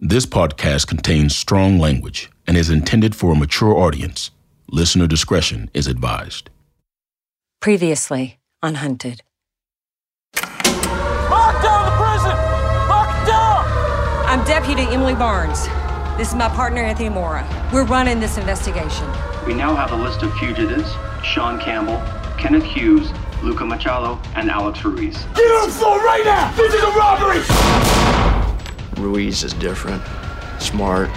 This podcast contains strong language and is intended for a mature audience. Listener discretion is advised. Previously on Hunted. Lock down the prison! Lock it down! I'm Deputy Emily Barnes. This is my partner, Anthony Mora. We're running this investigation. We now have a list of fugitives Sean Campbell, Kenneth Hughes, Luca Machalo, and Alex Ruiz. Get on the floor right now! This is a robbery! Ruiz is different, smart.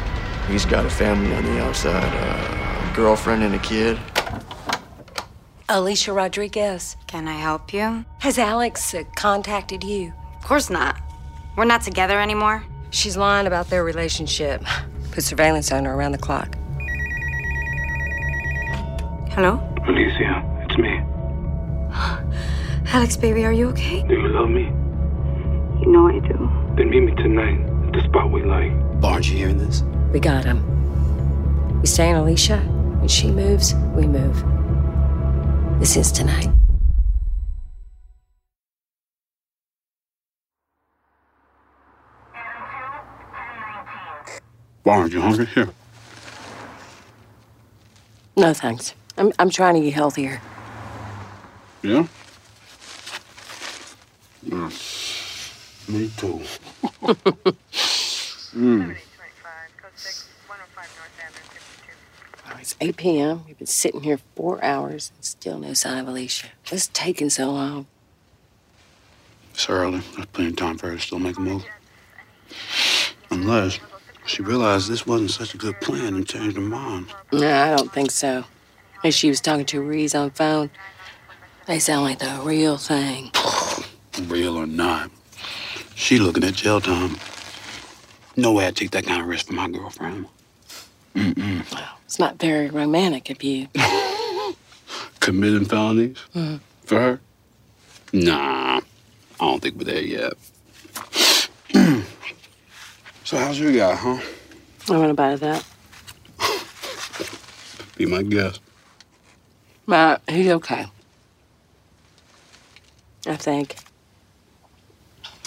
He's got a family on the outside, uh, a girlfriend and a kid. Alicia Rodriguez, Can I help you? has Alex uh, contacted you? Of course not. We're not together anymore. She's lying about their relationship. Put surveillance on her around the clock. Hello? Alicia, it's me. Alex, baby, are you okay? Do you love me? You know I do. Then meet me tonight at the spot we like. Barnes, you hearing this? We got him. We stay in Alicia. When she moves, we move. This is tonight. Barnes, you hungry? Here. No thanks. I'm, I'm trying to get healthier. Yeah? Me too. Hmm. It's 8 p.m. We've been sitting here four hours and still no sign of Alicia. What's taking so long? It's early. There's plenty of time for her to still make a move. Unless she realized this wasn't such a good plan and changed her mind. No, I don't think so. And she was talking to Reese on the phone. They sound like the real thing. Real or not, she looking at jail time. No way I'd take that kind of risk for my girlfriend. It's not very romantic of you. Committing felonies? Mm-hmm. For her? Nah, I don't think we're there yet. so how's your guy, huh? I want to buy that. Be my guest. But he's okay. I think.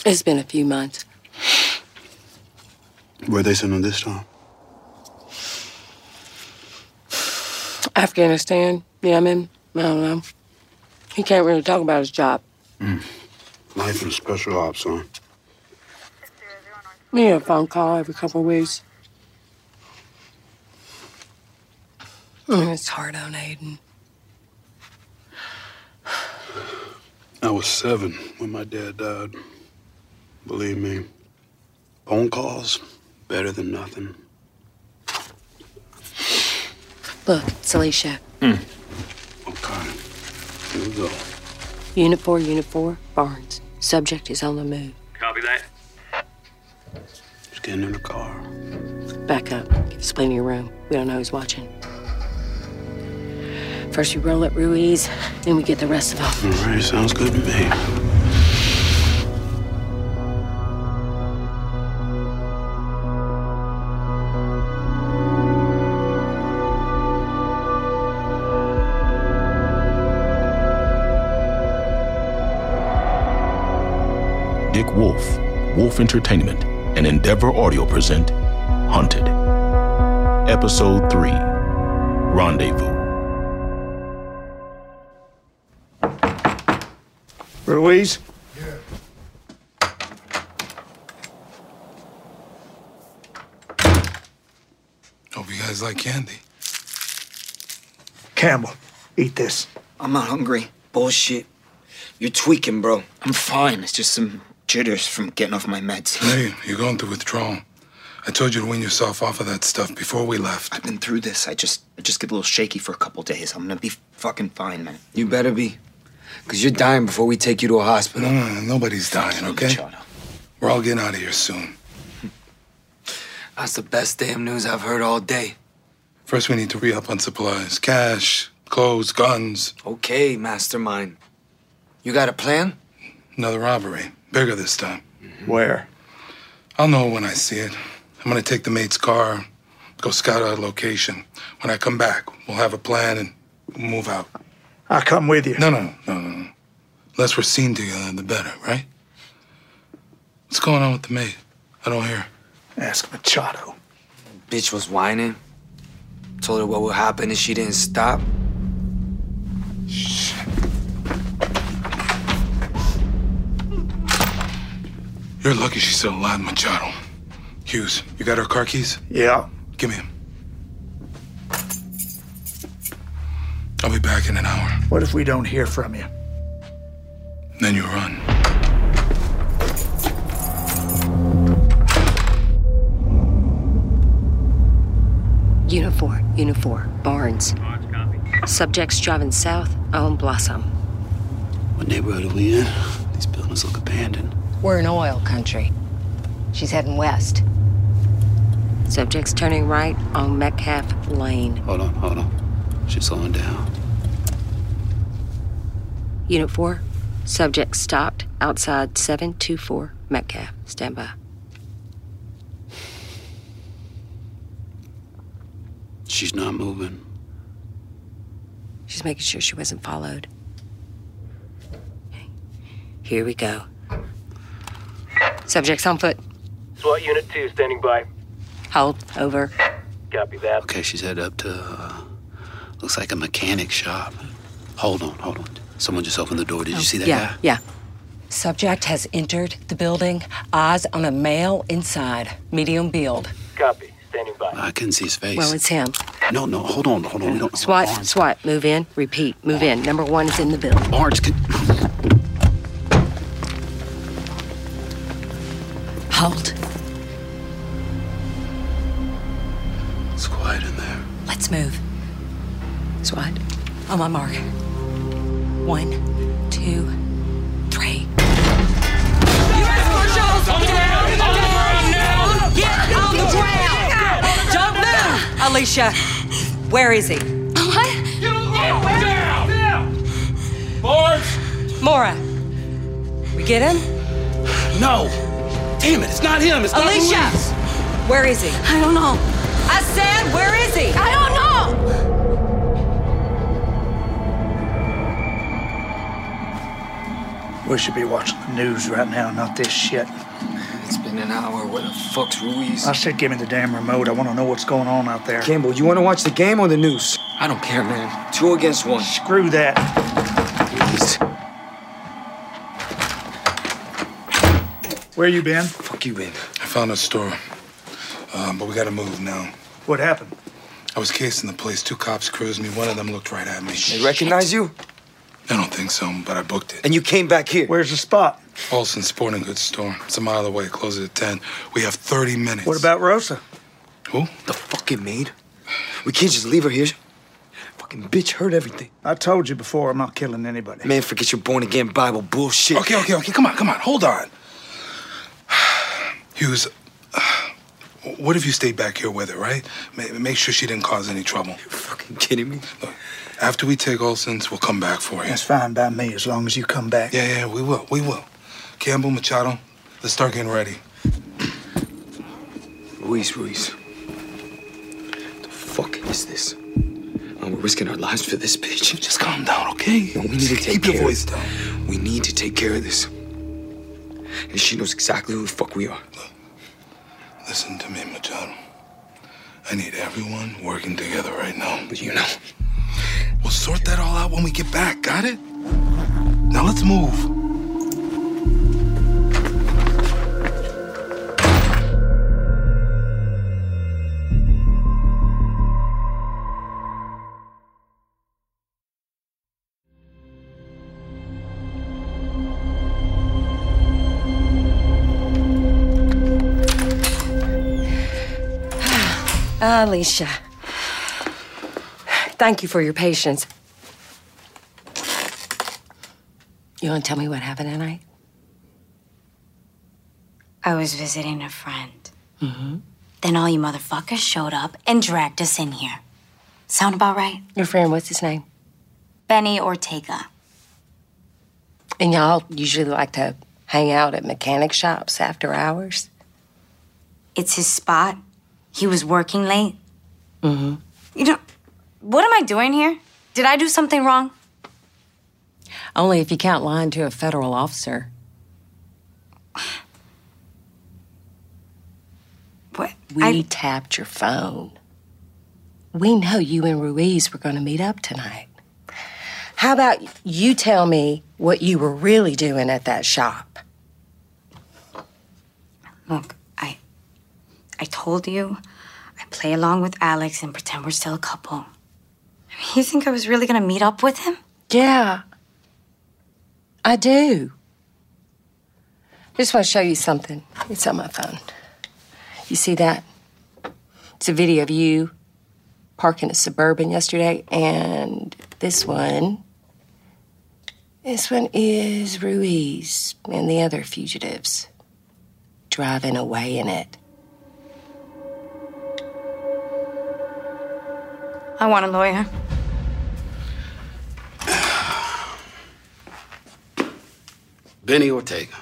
It's been a few months. Where they send him this time? Afghanistan, Yemen, I don't know. He can't really talk about his job. Life in special ops, huh? We get a phone call every couple of weeks. Mm, It's hard on Aiden. I was seven when my dad died. Believe me, phone calls better than nothing. Look, it's Alicia. Hmm. Okay, here we go. Unit 4, Unit 4, Barnes. Subject is on the move. Just getting in the car. Back up. Give us plenty of room. We don't know who's watching. First we roll up Ruiz, then we get the rest of them. All right, sounds good to me. Dick Wolf, Wolf Entertainment, and Endeavor Audio present Hunted. Episode 3 Rendezvous. Ruiz? Hope you guys like candy. Campbell, eat this. I'm not hungry. Bullshit. You're tweaking, bro. I'm fine. It's just some jitters from getting off my meds. Hey, you're going through withdrawal. I told you to wean yourself off of that stuff before we left. I've been through this. I just I just get a little shaky for a couple days. I'm gonna be fucking fine, man. You better be. Because you're dying before we take you to a No, hospital. no, no, Uh, nobody's dying, okay? Machado. We're all getting out of here soon. That's the best damn news I've heard all day. First, we need to re up on supplies cash, clothes, guns. Okay, mastermind. You got a plan? Another robbery. Bigger this time. Mm-hmm. Where? I'll know when I see it. I'm gonna take the mate's car, go scout out a location. When I come back, we'll have a plan and we'll move out. I'll come with you. No, no, no, no, no. Less we're seen together, the better, right? What's going on with the mate? I don't hear. Ask Machado. Bitch was whining. Told her what would happen if she didn't stop. You're lucky she's still alive, Machado. Hughes, you got her car keys? Yeah. Give me them. I'll be back in an hour. What if we don't hear from you? Then you run. Unit 4, Unit 4, Barnes. Subjects driving south, on Blossom. What neighborhood are we in? These buildings look abandoned. We're in oil country. She's heading west. Subject's turning right on Metcalf Lane. Hold on, hold on. She's slowing down. Unit 4, subject stopped outside 724 Metcalf. Stand by. She's not moving. She's making sure she wasn't followed. Okay. Here we go. Subject's on foot. SWAT Unit 2 standing by. Hold. Over. Copy that. Okay, she's headed up to. Uh, looks like a mechanic shop. Hold on, hold on. Someone just opened the door. Did you see that Oh, yeah, guy? yeah. Subject has entered the building, eyes on a male inside, medium build. Copy. Standing by. I couldn't see his face. Well, it's him. No, no, hold on, hold on. We don't. SWAT, SWAT, move in, repeat, move in. Number one is in the building. Barnes, could. Hold. It's quiet in there. Let's move. SWAT, on my mark. One, two, three. Get on the ground! Don't move! Alicia, where is he? What? Barnes! Mora, we get him? No! Damn it, it's not him. It's not Alicia! Louise. Where is he? I don't know. I said, where is he? I don't know! We should be watching the news right now, not this shit. It's been an hour. Where the fuck's Ruiz? I said, give me the damn remote. I want to know what's going on out there. Campbell, you want to watch the game or the news? I don't care, man. Two against one. Screw that. Where you been? Fuck you, Ben. I found a store, um, but we gotta move now. What happened? I was casing the place. Two cops cruised me. One of them looked right at me. They recognize you? I don't think so, but I booked it. And you came back here. Where's the spot? Olson Sporting Goods store. It's a mile away. Closes at 10. We have 30 minutes. What about Rosa? Who? The fucking maid? We can't just leave her here. Fucking bitch hurt everything. I told you before, I'm not killing anybody. Man, forget your born again Bible bullshit. Okay, okay, okay. Come on, come on. Hold on. Hughes, uh, what if you stayed back here with her, right? Ma- make sure she didn't cause any trouble. fucking kidding me? Look, after we take Olson's, we'll come back for you. That's fine by me as long as you come back. Yeah, yeah, we will. We will. Campbell, Machado, let's start getting ready. Ruiz, Ruiz. The fuck is this? Man, we're risking our lives for this bitch. Just calm down, okay? No, we need to take Keep care your voice of down. We need to take care of this. And she knows exactly who the fuck we are. Listen to me, Machado. I need everyone working together right now. But you know. We'll sort that all out when we get back. Got it? Now let's move. Alicia, thank you for your patience. You want to tell me what happened tonight? I was visiting a friend. Mm-hmm. Then all you motherfuckers showed up and dragged us in here. Sound about right? Your friend, what's his name? Benny Ortega. And y'all usually like to hang out at mechanic shops after hours? It's his spot. He was working late. Mm-hmm. You know, what am I doing here? Did I do something wrong? Only if you count lying to a federal officer. We tapped your phone. We know you and Ruiz were going to meet up tonight. How about you tell me what you were really doing at that shop? Look, I I told you I play along with Alex and pretend we're still a couple. I mean, you think I was really gonna meet up with him? Yeah. I do. I just want to show you something. It's on my phone. You see that? It's a video of you parking a suburban yesterday, and this one. This one is Ruiz and the other fugitives driving away in it. I want a lawyer. Benny Ortega.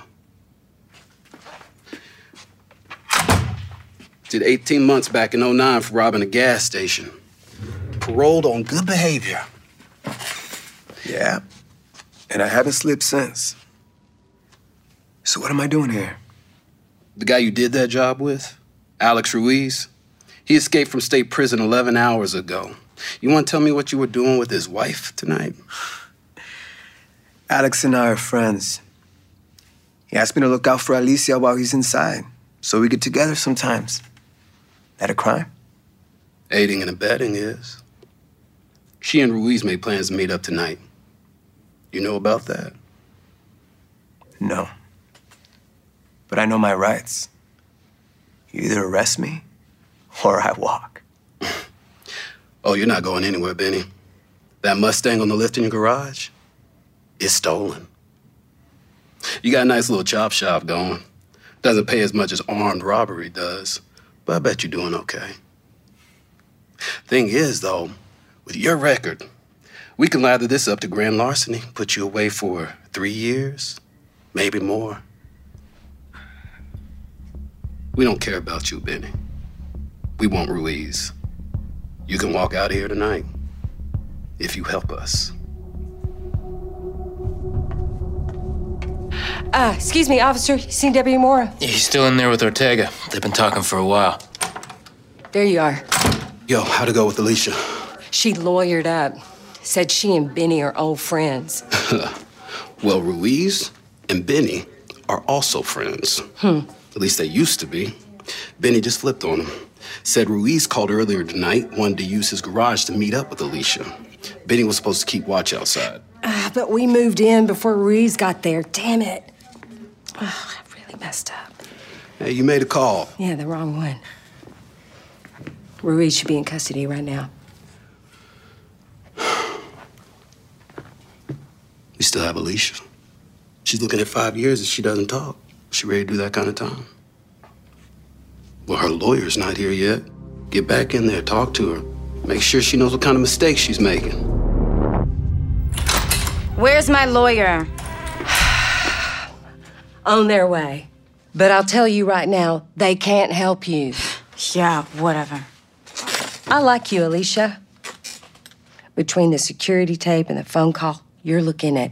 Did 18 months back in 09 for robbing a gas station. Paroled on good behavior. Yeah. And I haven't slipped since. So what am I doing here? The guy you did that job with, Alex Ruiz, he escaped from state prison 11 hours ago. You want to tell me what you were doing with his wife tonight? Alex and I are friends. He asked me to look out for Alicia while he's inside, so we get together sometimes. That a crime? Aiding and abetting is. She and Ruiz made plans to meet up tonight. You know about that? No. But I know my rights. You either arrest me or I walk. Oh, you're not going anywhere, Benny. That Mustang on the lift in your garage? It's stolen. You got a nice little chop shop going. Doesn't pay as much as armed robbery does, but I bet you're doing okay. Thing is, though, with your record, we can lather this up to grand larceny, put you away for three years, maybe more. We don't care about you, Benny. We want Ruiz. You can walk out of here tonight if you help us. Uh, excuse me, officer. You seen Deputy Mora? He's still in there with Ortega. They've been talking for a while. There you are. Yo, how to go with Alicia? She lawyered up. Said she and Benny are old friends. well, Ruiz and Benny are also friends. Hmm. At least they used to be. Benny just flipped on him. Said Ruiz called earlier tonight, wanted to use his garage to meet up with Alicia. Benny was supposed to keep watch outside. Ah, but we moved in before Ruiz got there. Damn it. Ah, I really messed up. Hey, you made a call. Yeah, the wrong one. Ruiz should be in custody right now. We still have Alicia. She's looking at five years if she doesn't talk. She ready to do that kind of time. Well, her lawyer's not here yet. Get back in there, talk to her. Make sure she knows what kind of mistakes she's making. Where's my lawyer? On their way. But I'll tell you right now, they can't help you. Yeah, whatever. I like you, Alicia. Between the security tape and the phone call, you're looking at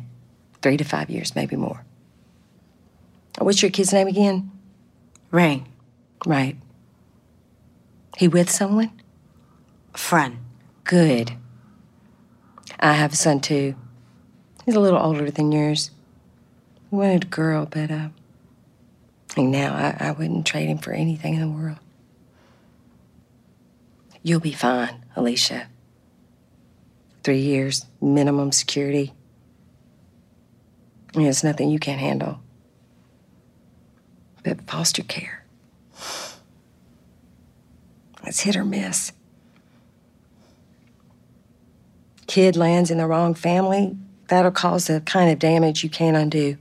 three to five years, maybe more. What's your kid's name again? Ray. Right. He with someone? Friend. Good. I have a son too. He's a little older than yours. He wanted a girl, but uh, and now I, I wouldn't trade him for anything in the world. You'll be fine, Alicia. Three years, minimum security. I mean, it's nothing you can't handle. But foster care. It's hit or miss. Kid lands in the wrong family, that'll cause the kind of damage you can't undo.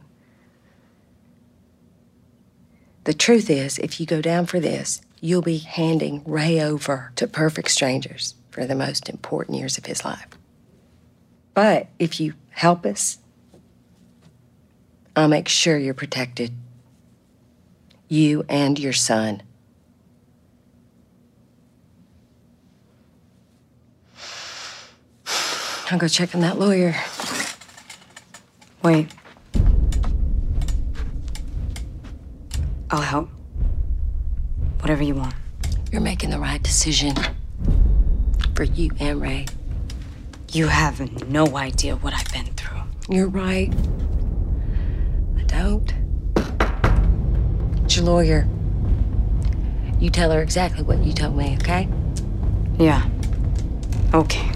The truth is, if you go down for this, you'll be handing Ray over to perfect strangers for the most important years of his life. But if you help us, I'll make sure you're protected. You and your son. I'll go check on that lawyer. Wait. I'll help. Whatever you want. You're making the right decision for you and Ray. You have no idea what I've been through. You're right. I don't. It's your lawyer. You tell her exactly what you told me, okay? Yeah. Okay.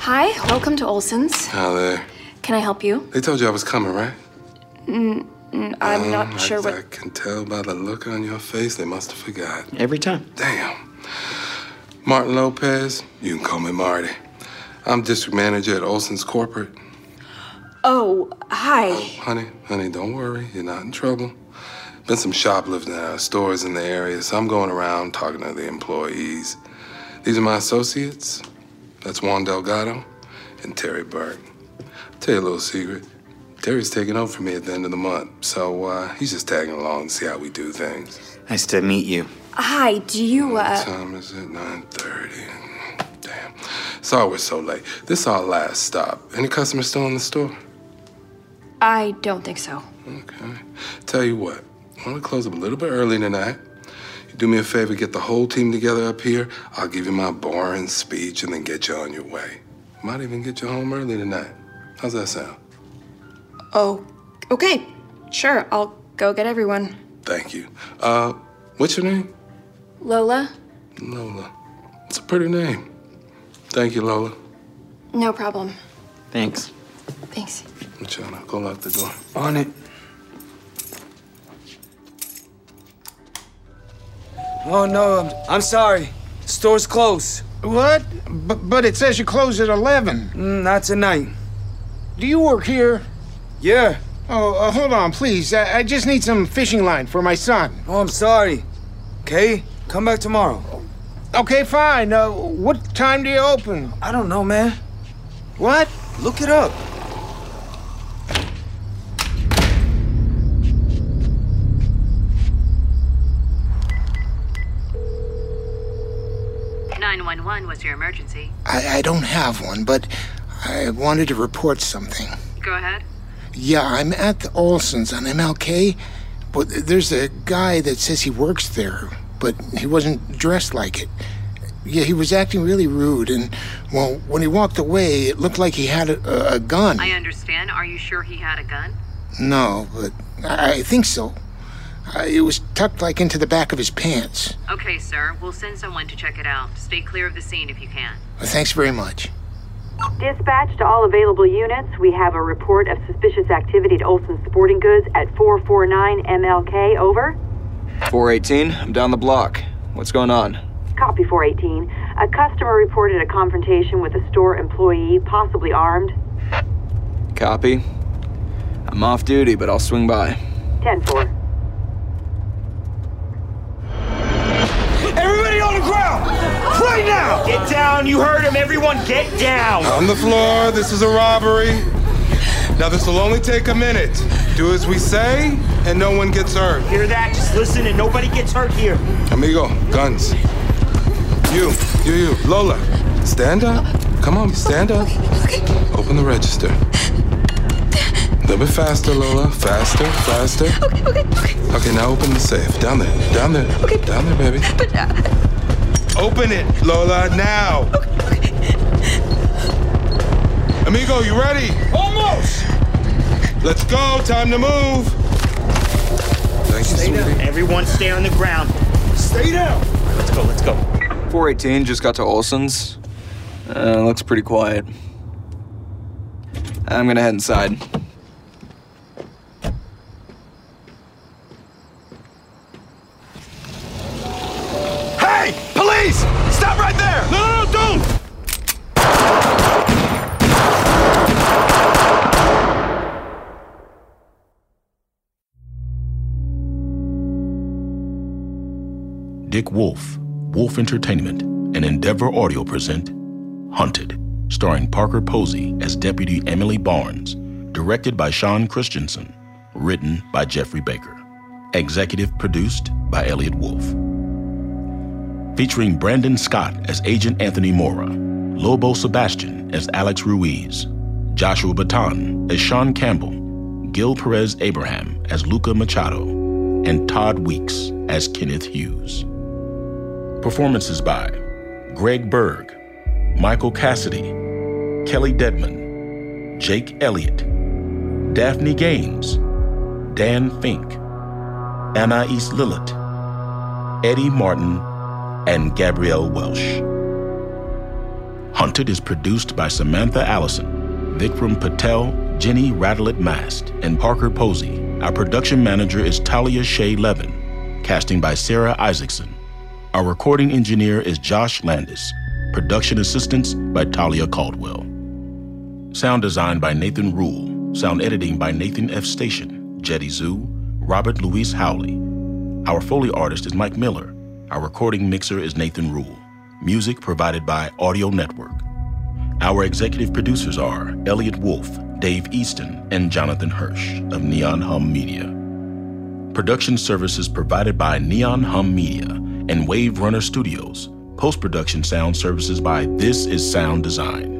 Hi, welcome to Olson's. How there? Can I help you? They told you I was coming, right? Mm, mm, I'm Um, not I- sure I what. can tell by the look on your face, they must have forgot. Every time. Damn. Martin Lopez, you can call me Marty. I'm district manager at Olson's Corporate. Oh, hi. Honey, honey, don't worry. You're not in trouble. Been some shoplifting at our stores in the area, so I'm going around talking to the employees. These are my associates. That's Juan Delgado and Terry Burke. Tell you a little secret. Terry's taking over for me at the end of the month, so uh, he's just tagging along to see how we do things. Nice to meet you. Hi, do you, What uh. time is it? 9.30. Damn. Sorry we're so late. This is our last stop. Any customers still in the store? I don't think so. Okay. Tell you what, I want to close up a little bit early tonight. You do me a favor, get the whole team together up here. I'll give you my boring speech and then get you on your way. Might even get you home early tonight. How's that sound? Oh, okay. Sure, I'll go get everyone. Thank you. Uh, what's your name? Lola? Lola. It's a pretty name. Thank you, Lola. No problem. Thanks. Thanks. Michelle, go lock the door. On it. Oh no, I'm, I'm sorry. Store's closed. What? B- but it says you close at 11. Mm, not tonight. Do you work here? Yeah. Oh, uh, hold on, please. I-, I just need some fishing line for my son. Oh, I'm sorry. Okay, come back tomorrow. Okay, fine. Uh, what time do you open? I don't know, man. What? Look it up. Nine-one-one was your emergency. I, I don't have one, but I wanted to report something. Go ahead. Yeah, I'm at the Olsons on MLK, but there's a guy that says he works there, but he wasn't dressed like it. Yeah, he was acting really rude, and well, when he walked away, it looked like he had a, a, a gun. I understand. Are you sure he had a gun? No, but I, I think so. I, it was tucked like into the back of his pants. Okay, sir. We'll send someone to check it out. Stay clear of the scene if you can. Thanks very much. Dispatch to all available units. We have a report of suspicious activity at Olson's Sporting Goods at 449 MLK. Over. 418, I'm down the block. What's going on? Copy 418. A customer reported a confrontation with a store employee, possibly armed. Copy. I'm off duty, but I'll swing by. 10 4. Everybody on the ground! Right now! Get down, you heard him. Everyone get down. On the floor, this is a robbery. Now, this will only take a minute. Do as we say, and no one gets hurt. Hear that? Just listen and nobody gets hurt here. Amigo, guns. You, you, you, Lola, stand up. Come on, stand up. Open the register. A little bit faster, Lola. Faster, faster. Okay, okay, okay. Okay, now open the safe. Down there, down there. Okay. Down there, baby. But, uh, Open it, Lola, now. Amigo, you ready? Almost. Let's go. Time to move. Thank you, sweetie. Everyone stay on the ground. Stay down. Let's go, let's go. 418 just got to Olson's. Uh, looks pretty quiet. I'm gonna head inside. Hey! Police! Stop right there! No, no, no, don't! Dick Wolf, Wolf Entertainment, and Endeavor Audio present Hunted, starring Parker Posey as Deputy Emily Barnes, directed by Sean Christensen, written by Jeffrey Baker, executive produced by Elliot Wolf. featuring Brandon Scott as Agent Anthony Mora, Lobo Sebastian as Alex Ruiz, Joshua Baton as Sean Campbell, Gil Perez Abraham as Luca Machado, and Todd Weeks as Kenneth Hughes. Performances by Greg Berg, Michael Cassidy, Kelly Dedman, Jake Elliott, Daphne Gaines, Dan Fink, Anais Lillett, Eddie Martin, and Gabrielle Welsh. Hunted is produced by Samantha Allison, Vikram Patel, Jenny Rattlet Mast, and Parker Posey. Our production manager is Talia Shea Levin, casting by Sarah Isaacson. Our recording engineer is Josh Landis, production assistance by Talia Caldwell. Sound design by Nathan Rule, sound editing by Nathan F. Station, Jetty Zoo, Robert Louise Howley. Our Foley artist is Mike Miller. Our recording mixer is Nathan Rule. Music provided by Audio Network. Our executive producers are Elliot Wolf, Dave Easton, and Jonathan Hirsch of Neon Hum Media. Production services provided by Neon Hum Media and Wave Runner Studios. Post production sound services by This Is Sound Design.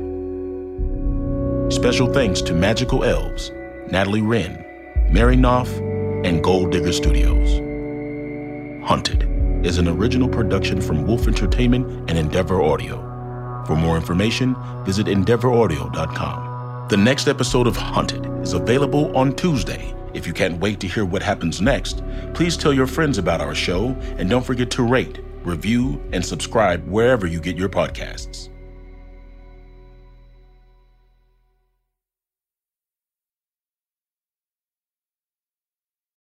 Special thanks to Magical Elves, Natalie Wren, Mary Knopf, and Gold Digger Studios. Hunted is an original production from Wolf Entertainment and Endeavor Audio. For more information, visit endeavoraudio.com. The next episode of Hunted is available on Tuesday. If you can't wait to hear what happens next, please tell your friends about our show and don't forget to rate, review, and subscribe wherever you get your podcasts.